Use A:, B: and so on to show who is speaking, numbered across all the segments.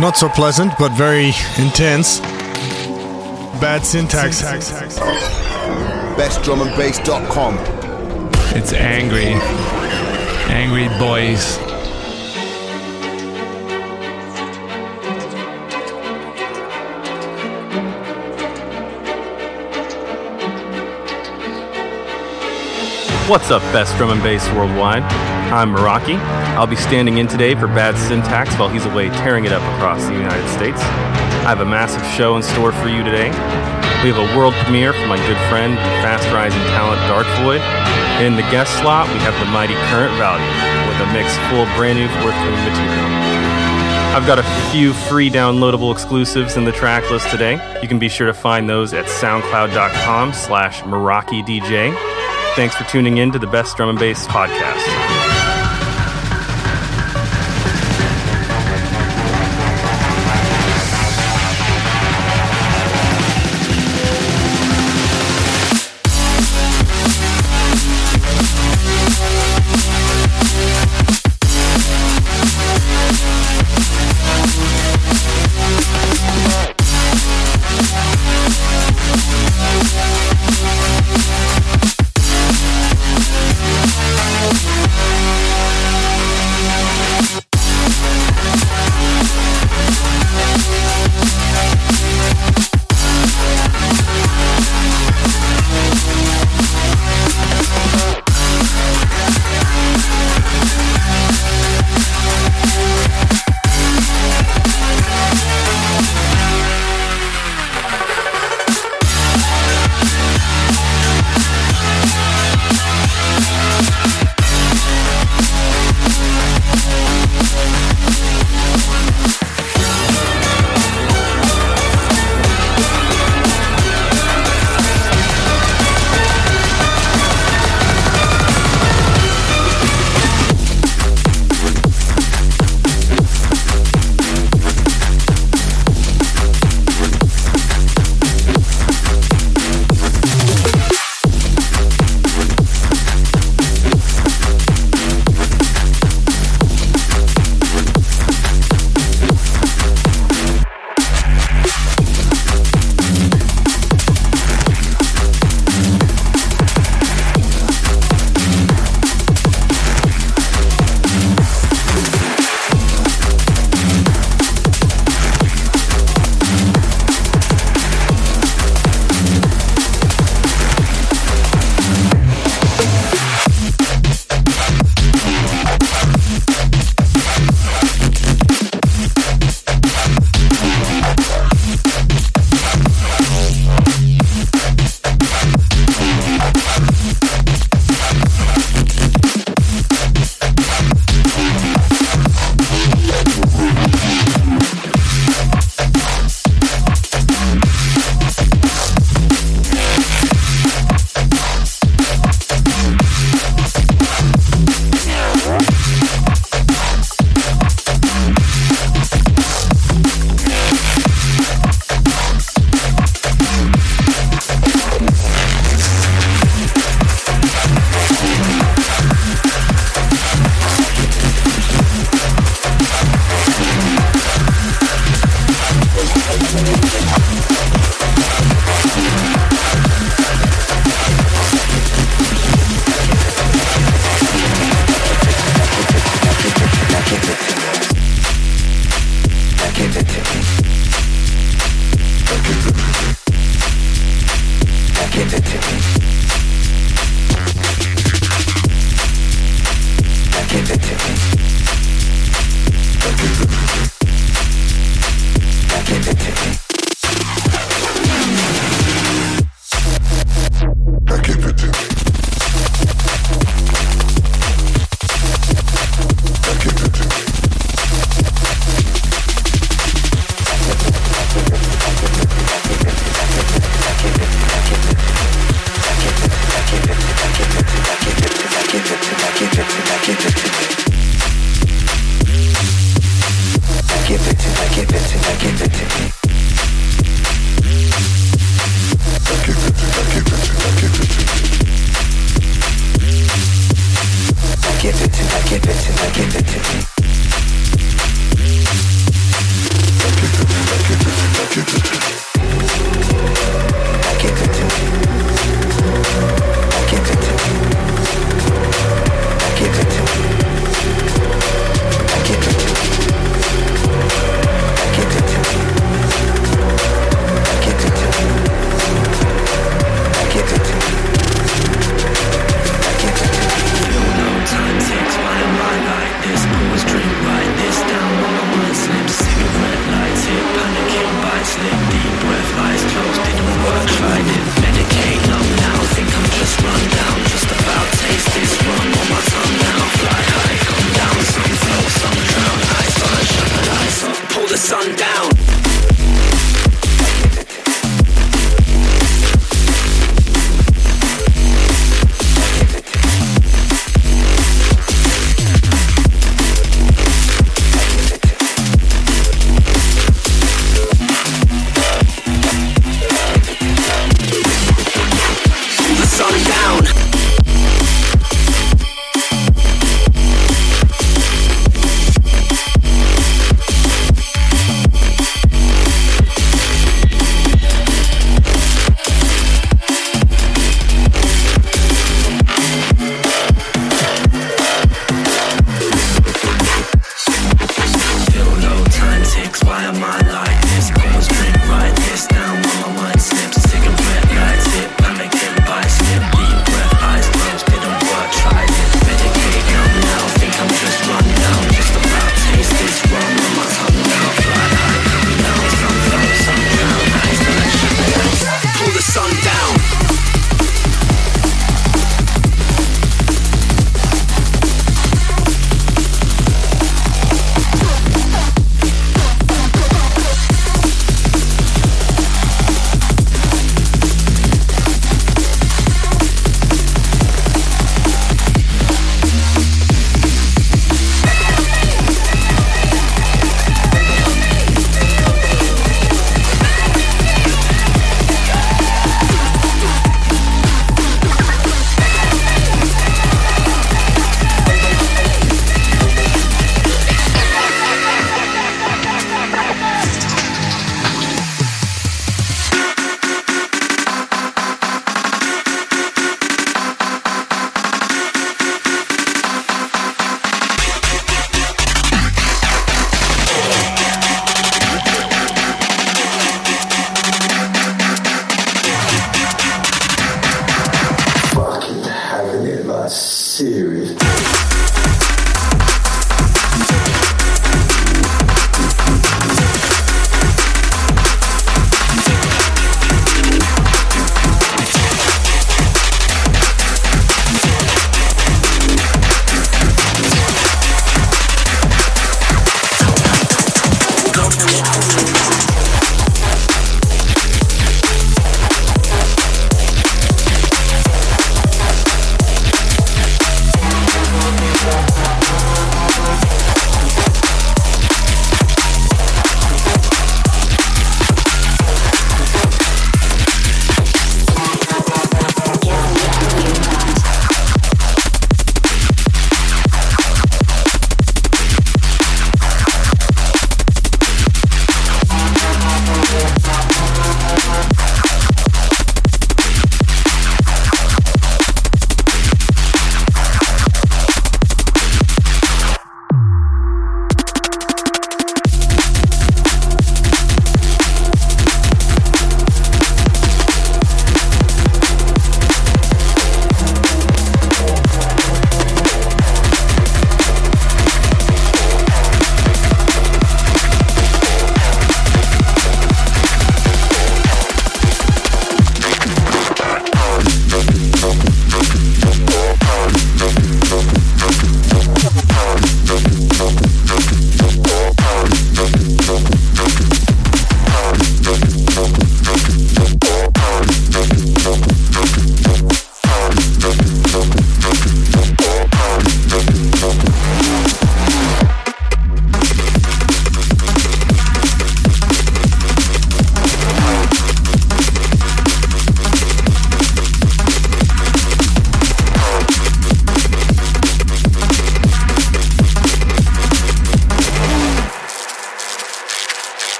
A: Not so pleasant, but very intense. Bad syntax.
B: bestdrumandbass.com.
C: It's angry. Angry boys.
D: What's up, best drum and bass worldwide? I'm Meraki. I'll be standing in today for Bad Syntax while he's away tearing it up across the United States. I have a massive show in store for you today. We have a world premiere for my good friend, fast rising talent Dark Void. And in the guest slot, we have the mighty Current Value with a mix full of brand new forthcoming material. I've got a few free downloadable exclusives in the track list today. You can be sure to find those at soundcloud.com slash Meraki DJ. Thanks for tuning in to the Best Drum and Bass Podcast.
B: I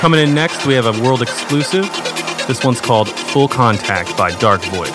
D: Coming in next, we have a world exclusive. This one's called Full Contact by Dark Void.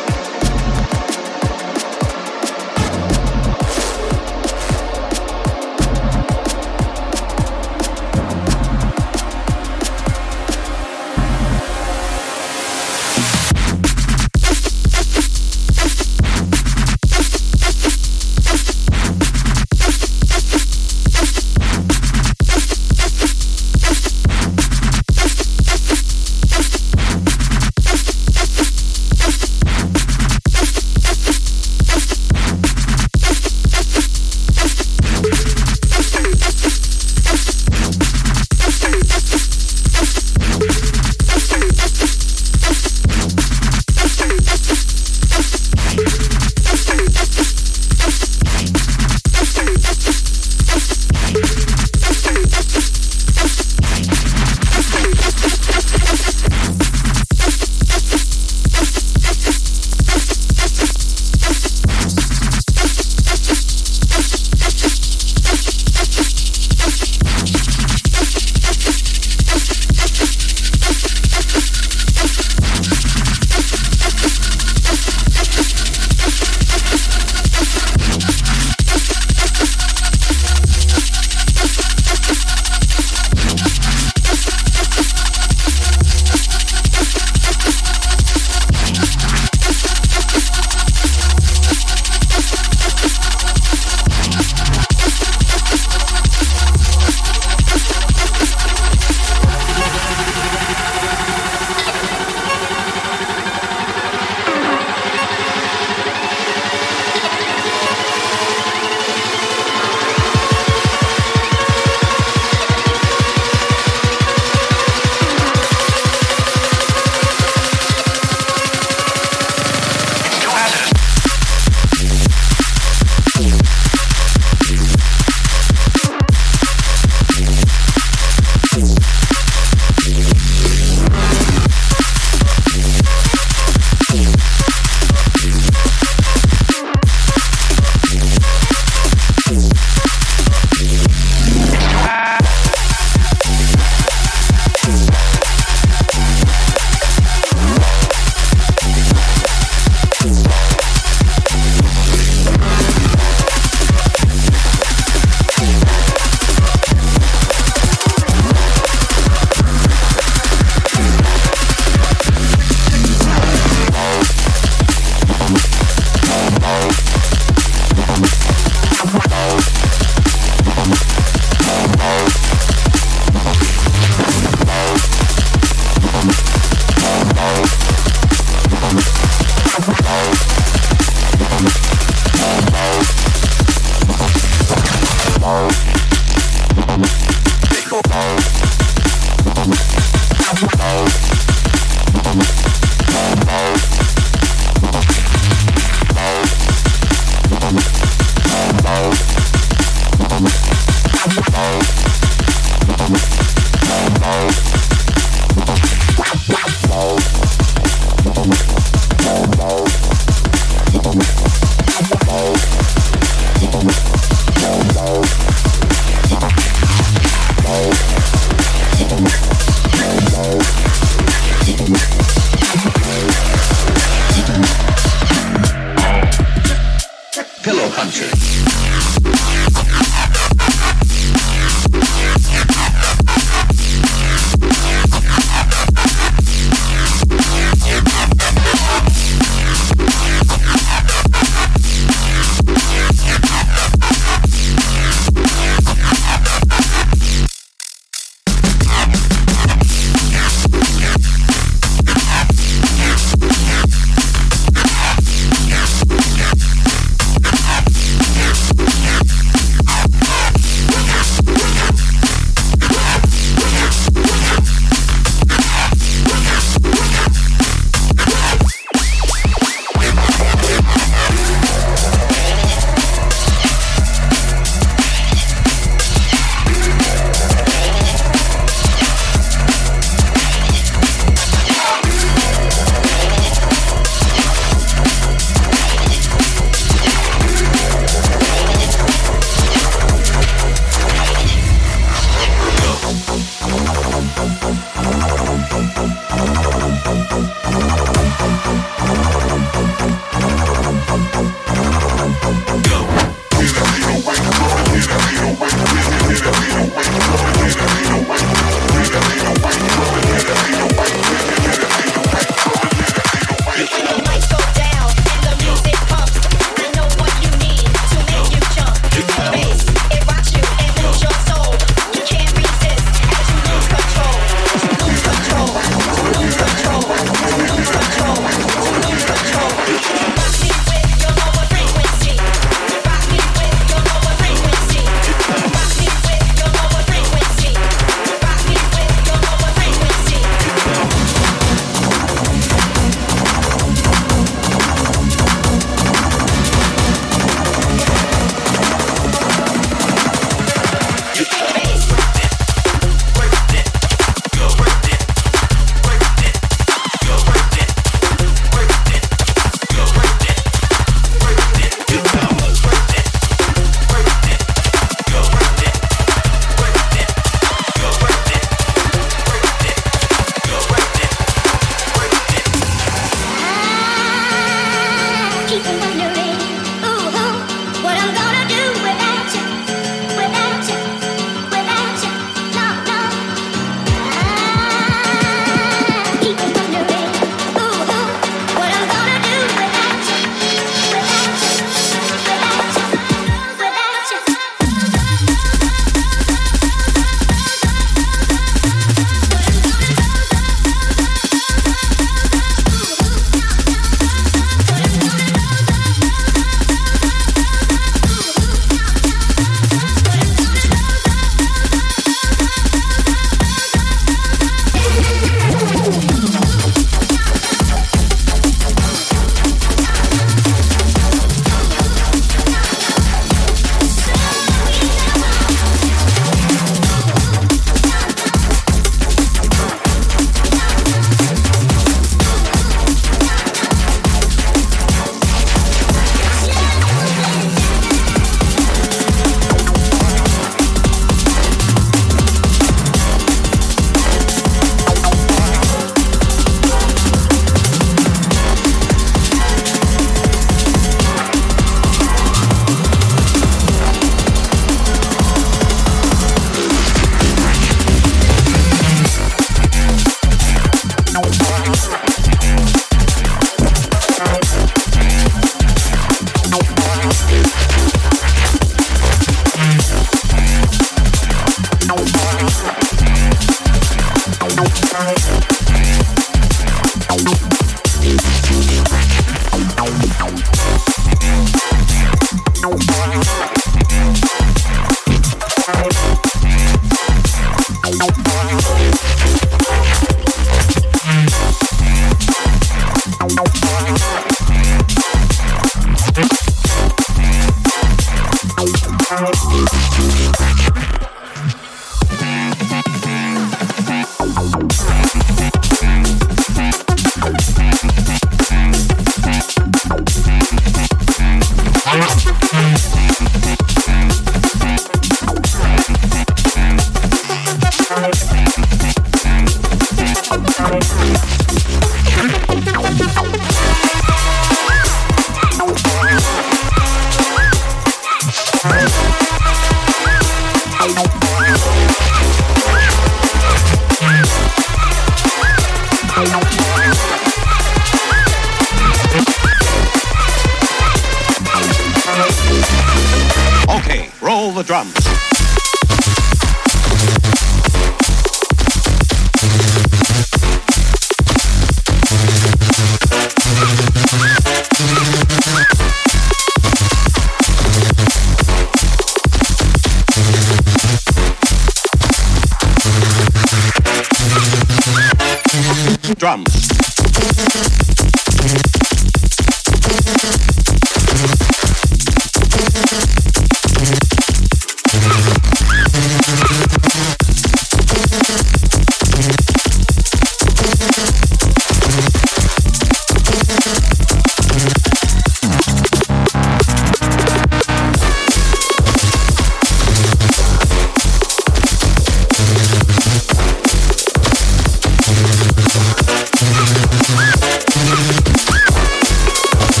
B: Thank you.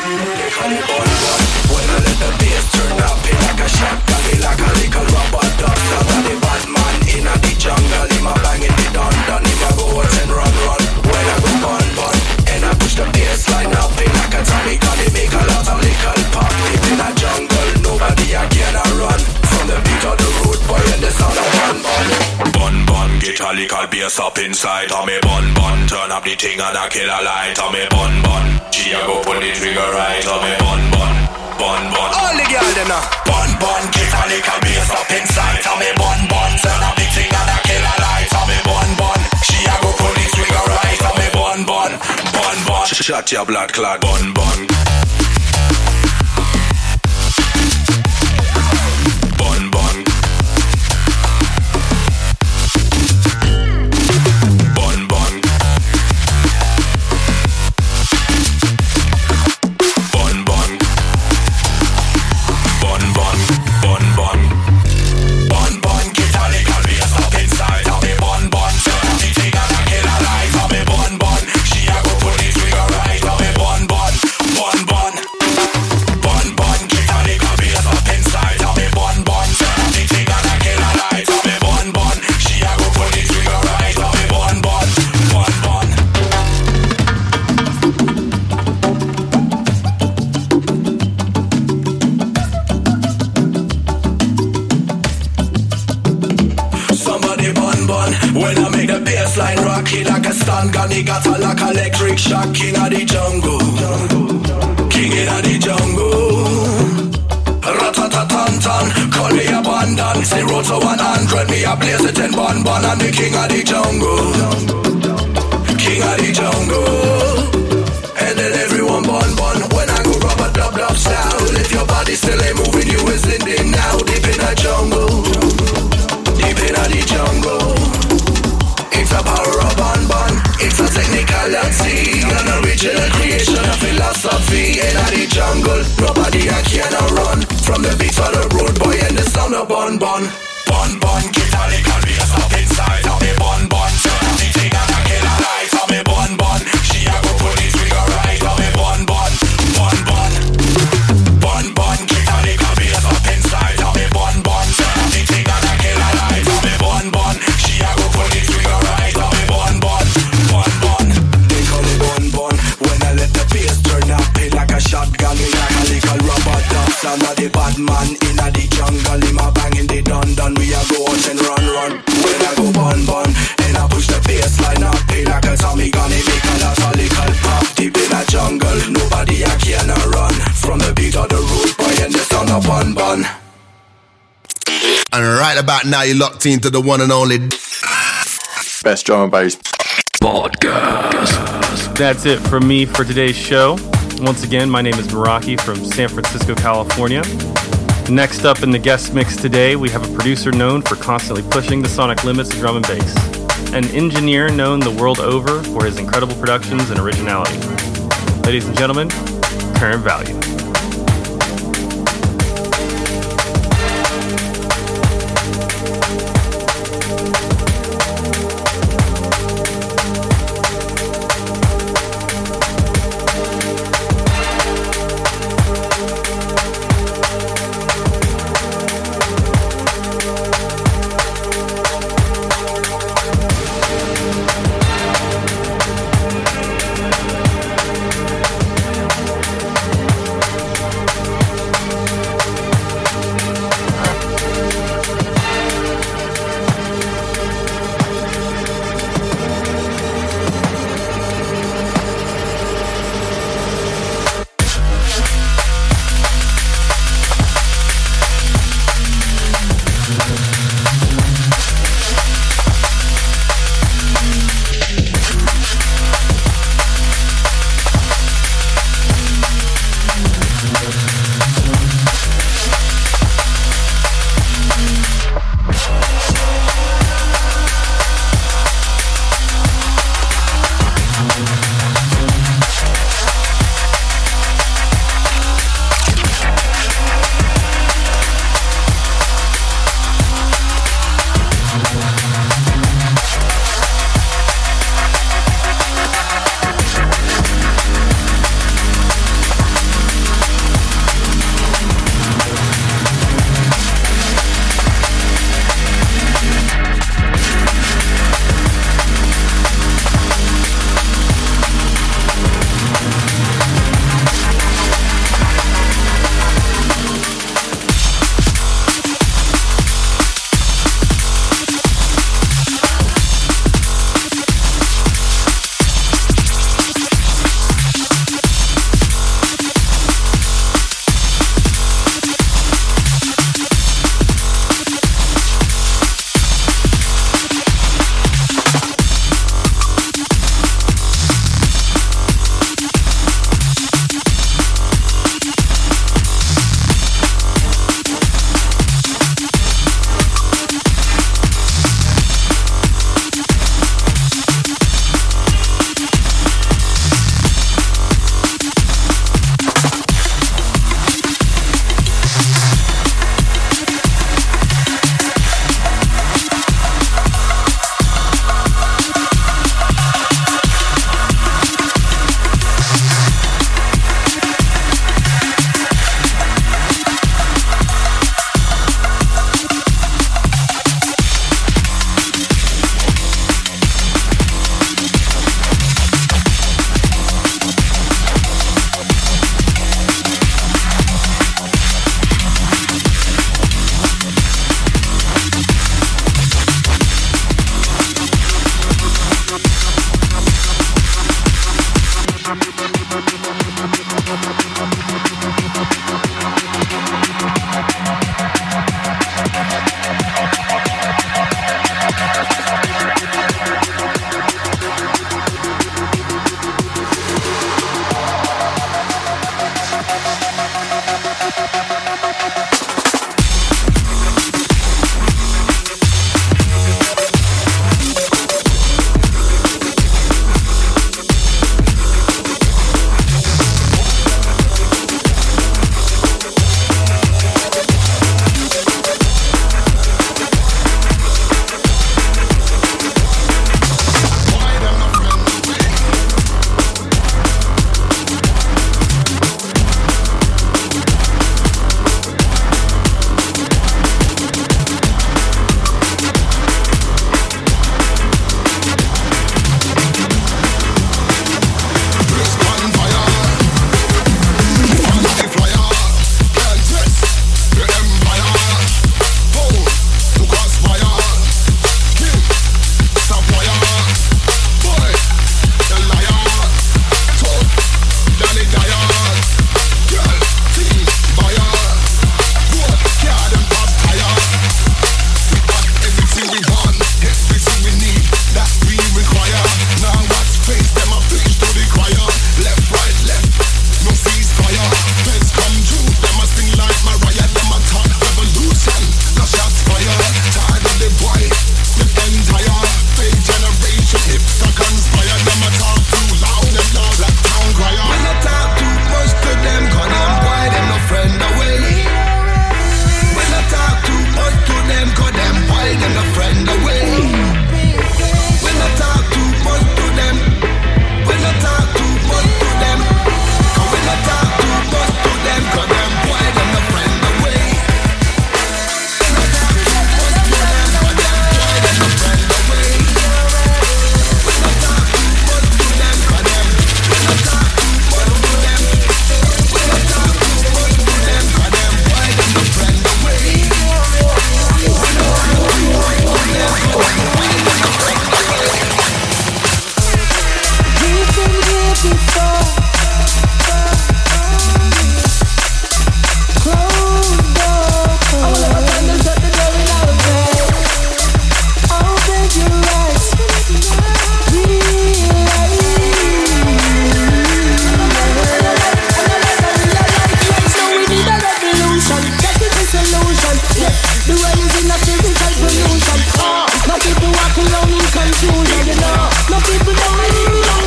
B: I Shut your blood clot, bun bun. Bun bun. Bun bun. Bun bun. Bun bun. Bun bun. Bun bun. Get a little bit up inside. Tell me bun bun. Turn up the thing and I kill a light. Tell me bun bun. She a go put the trigger right. Tell me bun bun. Bun bun. Bun bun. Get a little bit up inside. Tell me bun bun. Turn up the thing and I kill a light. Tell me bun bun. She a go put the trigger right. Tell me bun bun. Bun bun. Somebody bun bun When I make the bassline rocky like a stun gun He got a like electric shock King of the jungle King of the jungle Ratatatan Call me abandon Zero to one hundred Me a blaze it in bun bun I'm the king of the jungle King of the jungle And then everyone bun bun When I go rubber dub dub style If your body still ain't moving You is in the now Deep in the jungle deep in the jungle. It's a power of bun bun. It's a technicality, an original creation, a philosophy. In the jungle, nobody I can run from the beat of the road boy and the sound of bun bun. Bun bun, get a little bit up inside. Tell me bun bun, turn up the thing and I kill a light. Tell me bun bun, she a go put the trigger right. Tell me bun bun, bun bun. Bun bun, get a little bit up inside. Tell me bun bun, turn up the thing and I kill a light. Tell me bun bun, she a go pull the trigger right. Tell me bun bun, bun bun. They call it bun bun when I let the bass turn up. It like a shotgun, me like a little rubber duck. Sound of the bad man inna the jungle. Him a bang in the dun dun. We a go out and run run. When I go bun bun and I push the bassline up. It like a Tommy gun. It make a lot of little pop deep in a jungle. Nobody a can a run from the beat of the road boy and the sound of bun bun.
E: And right about now, you're locked into the one and only.
F: Best drum and bass.
D: That's it from me for today's show. Once again, my name is Meraki from San Francisco, California. Next up in the guest mix today, we have a producer known for constantly pushing the sonic limits of drum and bass, an engineer known the world over for his incredible productions and originality. Ladies and gentlemen, current value.
B: confusion, you know. No people don't really know.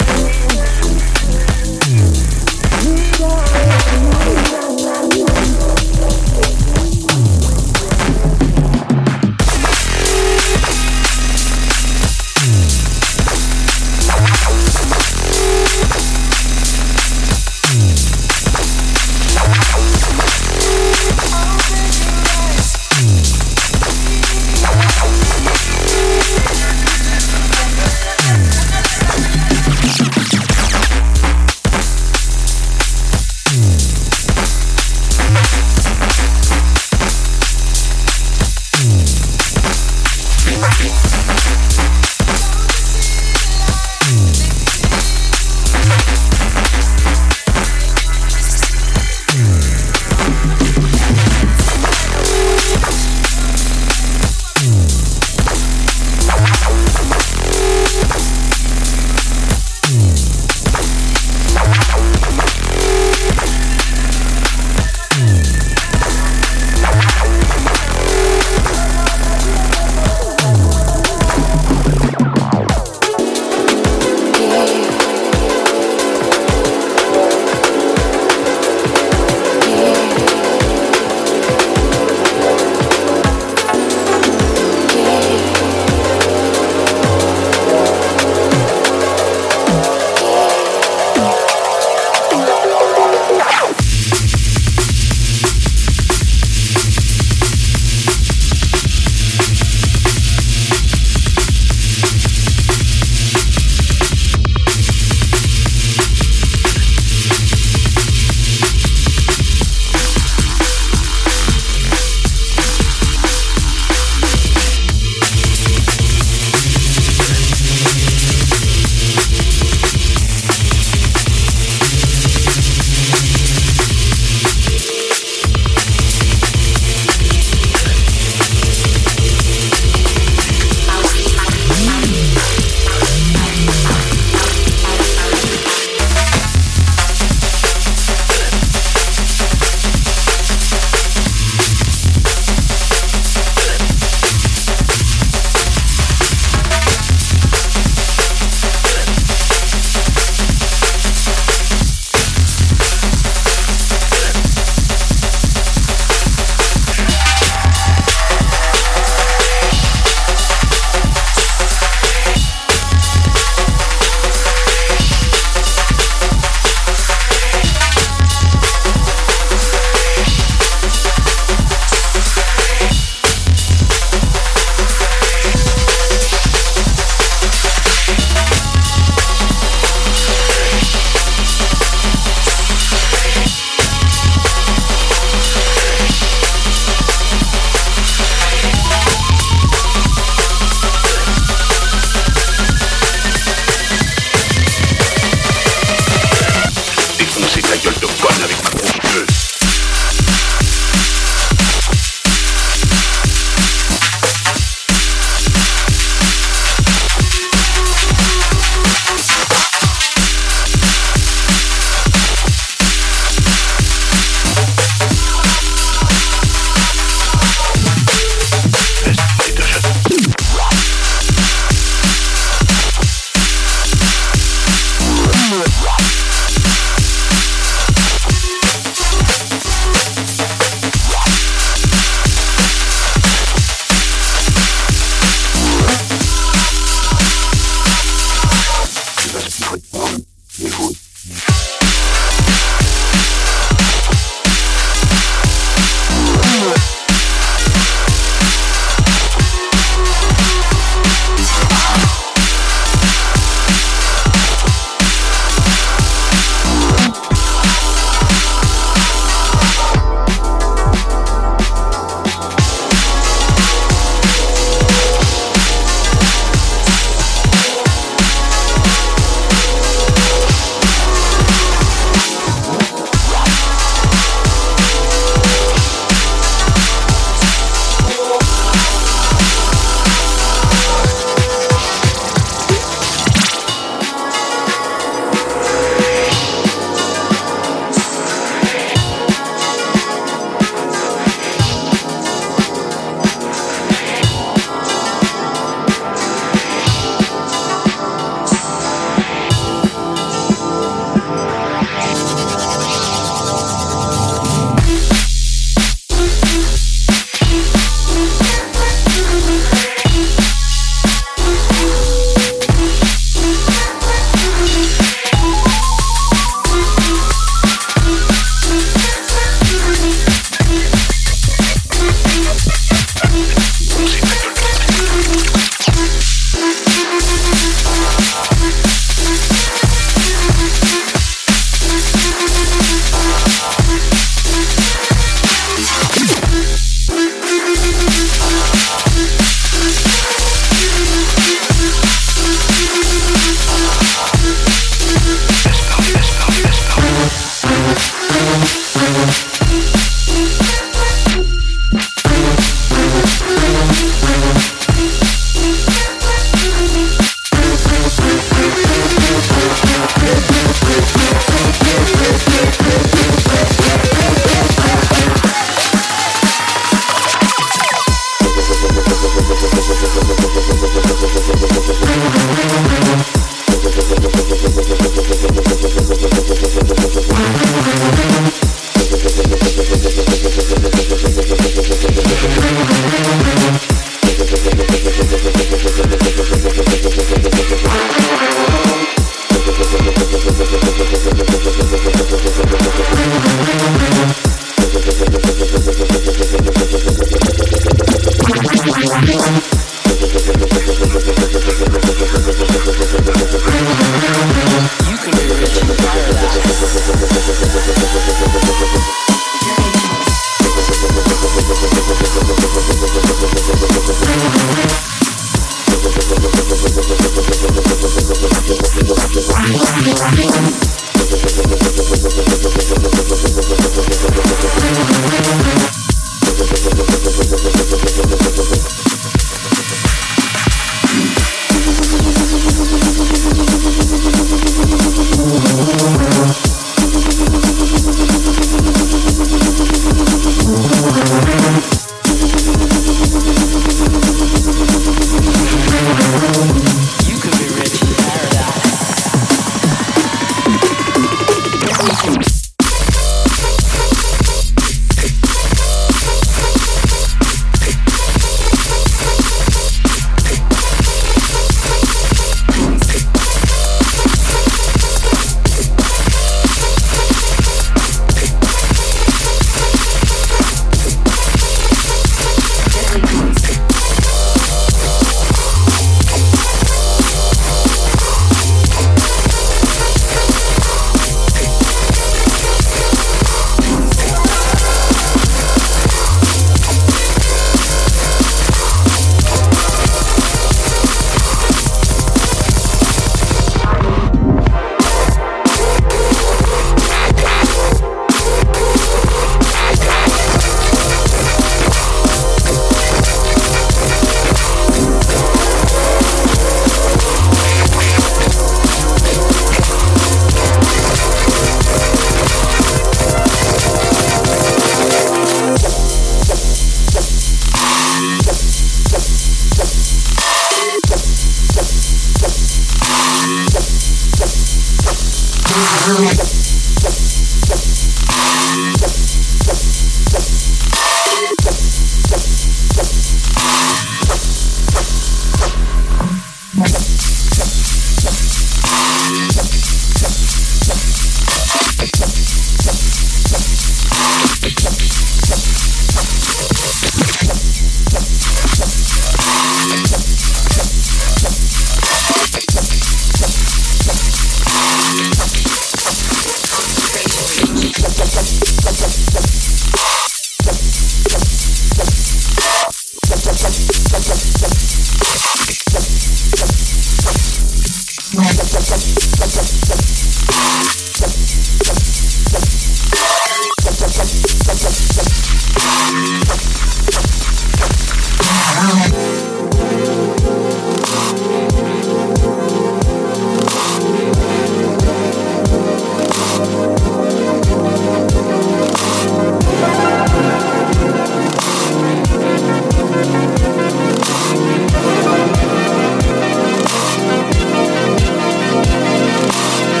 G: Thank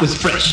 G: was fresh.